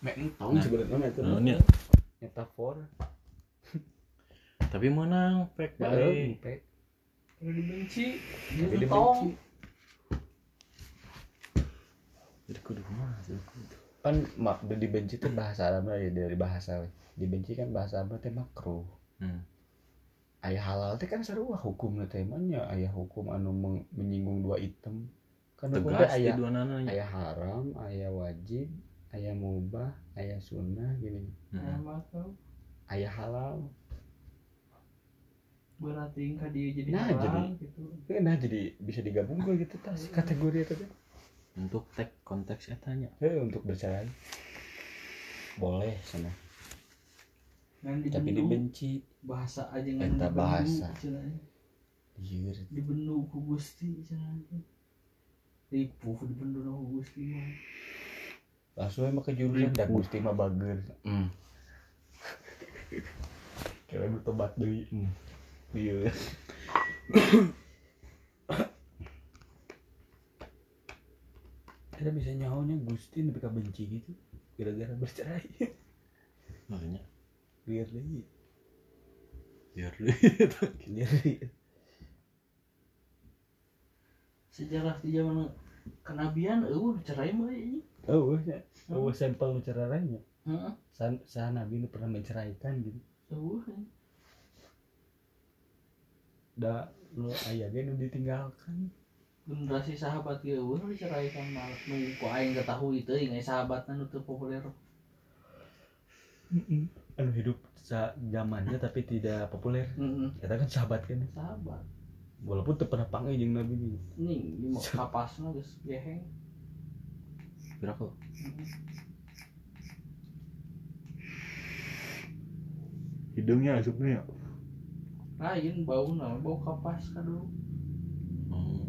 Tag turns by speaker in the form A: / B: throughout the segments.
A: mek entong sebenarnya eta
B: Nah, ini,
A: metafor
B: tapi menang pek baik
A: baik
C: Kalau dibenci,
A: Jadi
C: jadi
A: dibenci.
C: tong.
B: jadi kudu mah jadi kudu.
A: kan mak dibenci tuh bahasa Arab ya dari bahasa we. dibenci kan bahasa Arab teh makruh
B: Hmm.
A: ayah halal teh kan sarua hukum teh manya ayah hukum anu meng- menyinggung dua item kan hukum teh
B: tegas di
A: ayah
B: dua nana
A: ayah haram ayah wajib ayah mubah ayah sunnah gini
C: Nah,
B: Hmm.
C: maka
A: ayah halal
C: berarti ka dia jadi
A: Nah,
C: halang,
A: jadi-
C: gitu.
A: nah jadi bisa digabung ke gitu tas kategori itu teh
B: untuk tek konteks etanya
A: Heh, untuk bercerai boleh sana
C: Ngan
A: tapi
C: dibendung,
A: dibenci
C: bahasa aja ngan
A: Eta
C: dibendung,
A: bahasa.
C: cenah.
A: liur
C: Dibendung ku Gusti cenah. Ripuh dibendung ku Gusti mah.
A: langsung emang ke jurusan dan gusti mah bager hmm. kira bertobat deui hmm. liur Kira bisa nyawanya Gusti lebih benci gitu Gara-gara bercerai
B: makanya
A: Lihat lagi
B: biar
A: Lihat lagi
C: Sejarah di zaman kenabian eueuh cerai mah ini.
A: Oh, ya. Oh, sampel nu ceraranya.
C: Heeh.
A: San, san Nabi nu pernah menceraikan gitu.
C: Eueuh.
A: Da nu aya ge nu ditinggalkan.
C: Generasi sahabat ge eueuh dicerai kan malah nu ku aing ketahui teuing aya sahabatna nu teu populer.
A: Anu hidup sa zamannya tapi tidak populer.
C: Heeh.
A: Kita kan sahabat kan.
C: Sahabat.
A: Walaupun teu pernah panggil jeung Nabi nih.
C: Nih, ieu mah kapasna geus geheng.
B: berapa hidungnya asupnya
C: Lain bau nah, bau kapas ka dulu.
B: Hmm.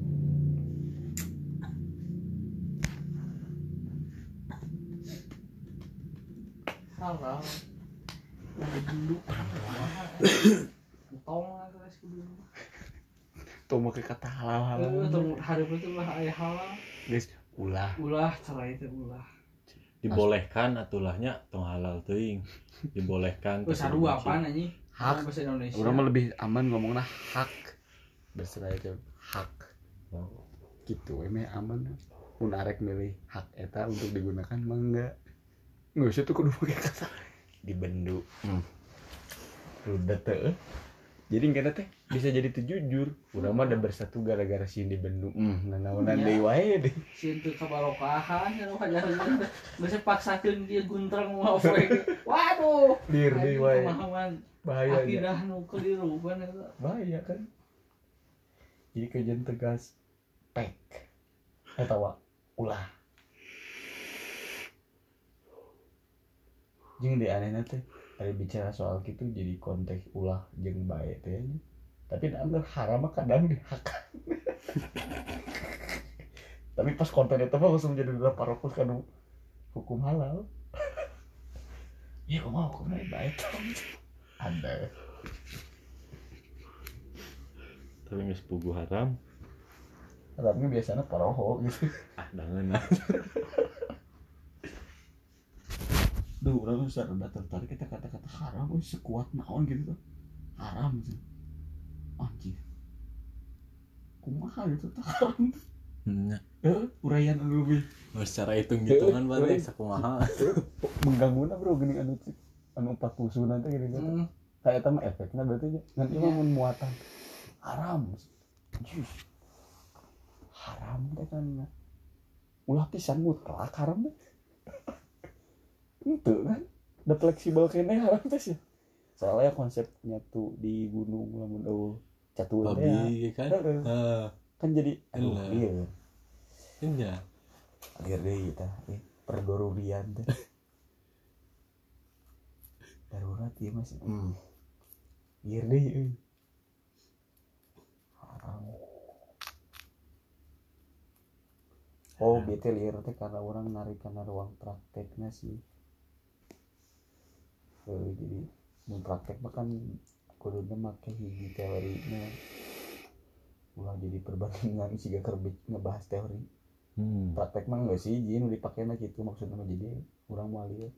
C: halal udah dulu tong lah guys dulu
A: Tuh make kata
C: itu
A: halal-halal.
C: tong hari itu lah ayah halal
A: Guys, ulah.
C: ulah cerai itu ulah
B: dibolehkan atulahnya tong halal teuing dibolehkan tapi
C: Wes saru
B: dibenci.
A: ya?
C: apa nanyi
A: Hak.
C: bahasa Indonesia
A: Orang mah lebih aman ngomongna hak. Bercerai itu hak.
B: Oh.
A: Gitu we meh aman. Mun arek milih hak eta untuk digunakan mah enggak. Enggak usah tuh kudu pakai kata dibendu. Hmm. Udah teh. eh. Jadi enggak teh bisa jadi tuh jujur. Urang mah ada bersatu gara-gara si dibendu. Hmm, nanaonan
C: Iya.
A: deui wae deh.
C: sintu kabarokahan kan wajar geus paksakeun dia guntrang mau awake waduh
A: Lir deui
C: anjing,
A: wae.
C: pemahaman
A: Bahaya nya.
C: akidah nu keliruan eta
A: bahaya kan jadi kajian tegas pek atau ulah jeung di anehna teh tadi bicara soal gitu jadi konteks ulah jeung bae teh nya. tapi anu haram mah kadang dihakan tapi pas konten itu mah langsung jadi ulah parokus kan hukum halal iya kumaha hukumnya bae ada
B: tapi nggak sepugu haram
A: tapi biasanya paroho gitu
B: ah dangan ah
A: Duh, orang tuh rada tertarik kita kata-kata haram, oh, sekuat naon gitu tuh. Haram gitu. Anjir. Kumaha gitu tuh haram.
B: Hmm, nya.
A: Eh, uraian anu lebih
B: Oh, secara hitung hitungan berarti
A: Eh, eh.
B: sakumaha
A: mengganggu na bro gini anu anu 40 sunan teh gini gitu.
C: Hmm,
A: Kayak eta mah efeknya berarti ya. Ngan ieu mah mun muatan. Haram. Anjir. Haram teh kan. Ulah pisan mutlak haram teh. Itu kan. Da fleksibel kene haram teh sih. soalnya konsepnya tuh di gunung lamun eueuh catuan teh
B: babi kan
A: Heeh.
B: Heeh.
A: kan jadi aduh
B: Elah.
A: iya
B: Iya.
A: akhir deui tah eh, perdorurian teh darurat ieu mas hmm Iya ieu deui euy. Haram. Oh, bete liar teh karena orang narik karena ruang prakteknya sih. Eh, jadi mun praktek mah kan kuduna make hiji teorinya. Ulah jadi perbandingan sih gak ngebahas teori
B: Hmm.
A: praktek mah nggak sih izin udah dipakai mah gitu maksudnya mah jadi kurang mah dia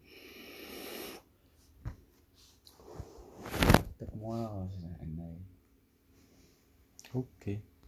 A: tak mual sih, enak
B: Oke.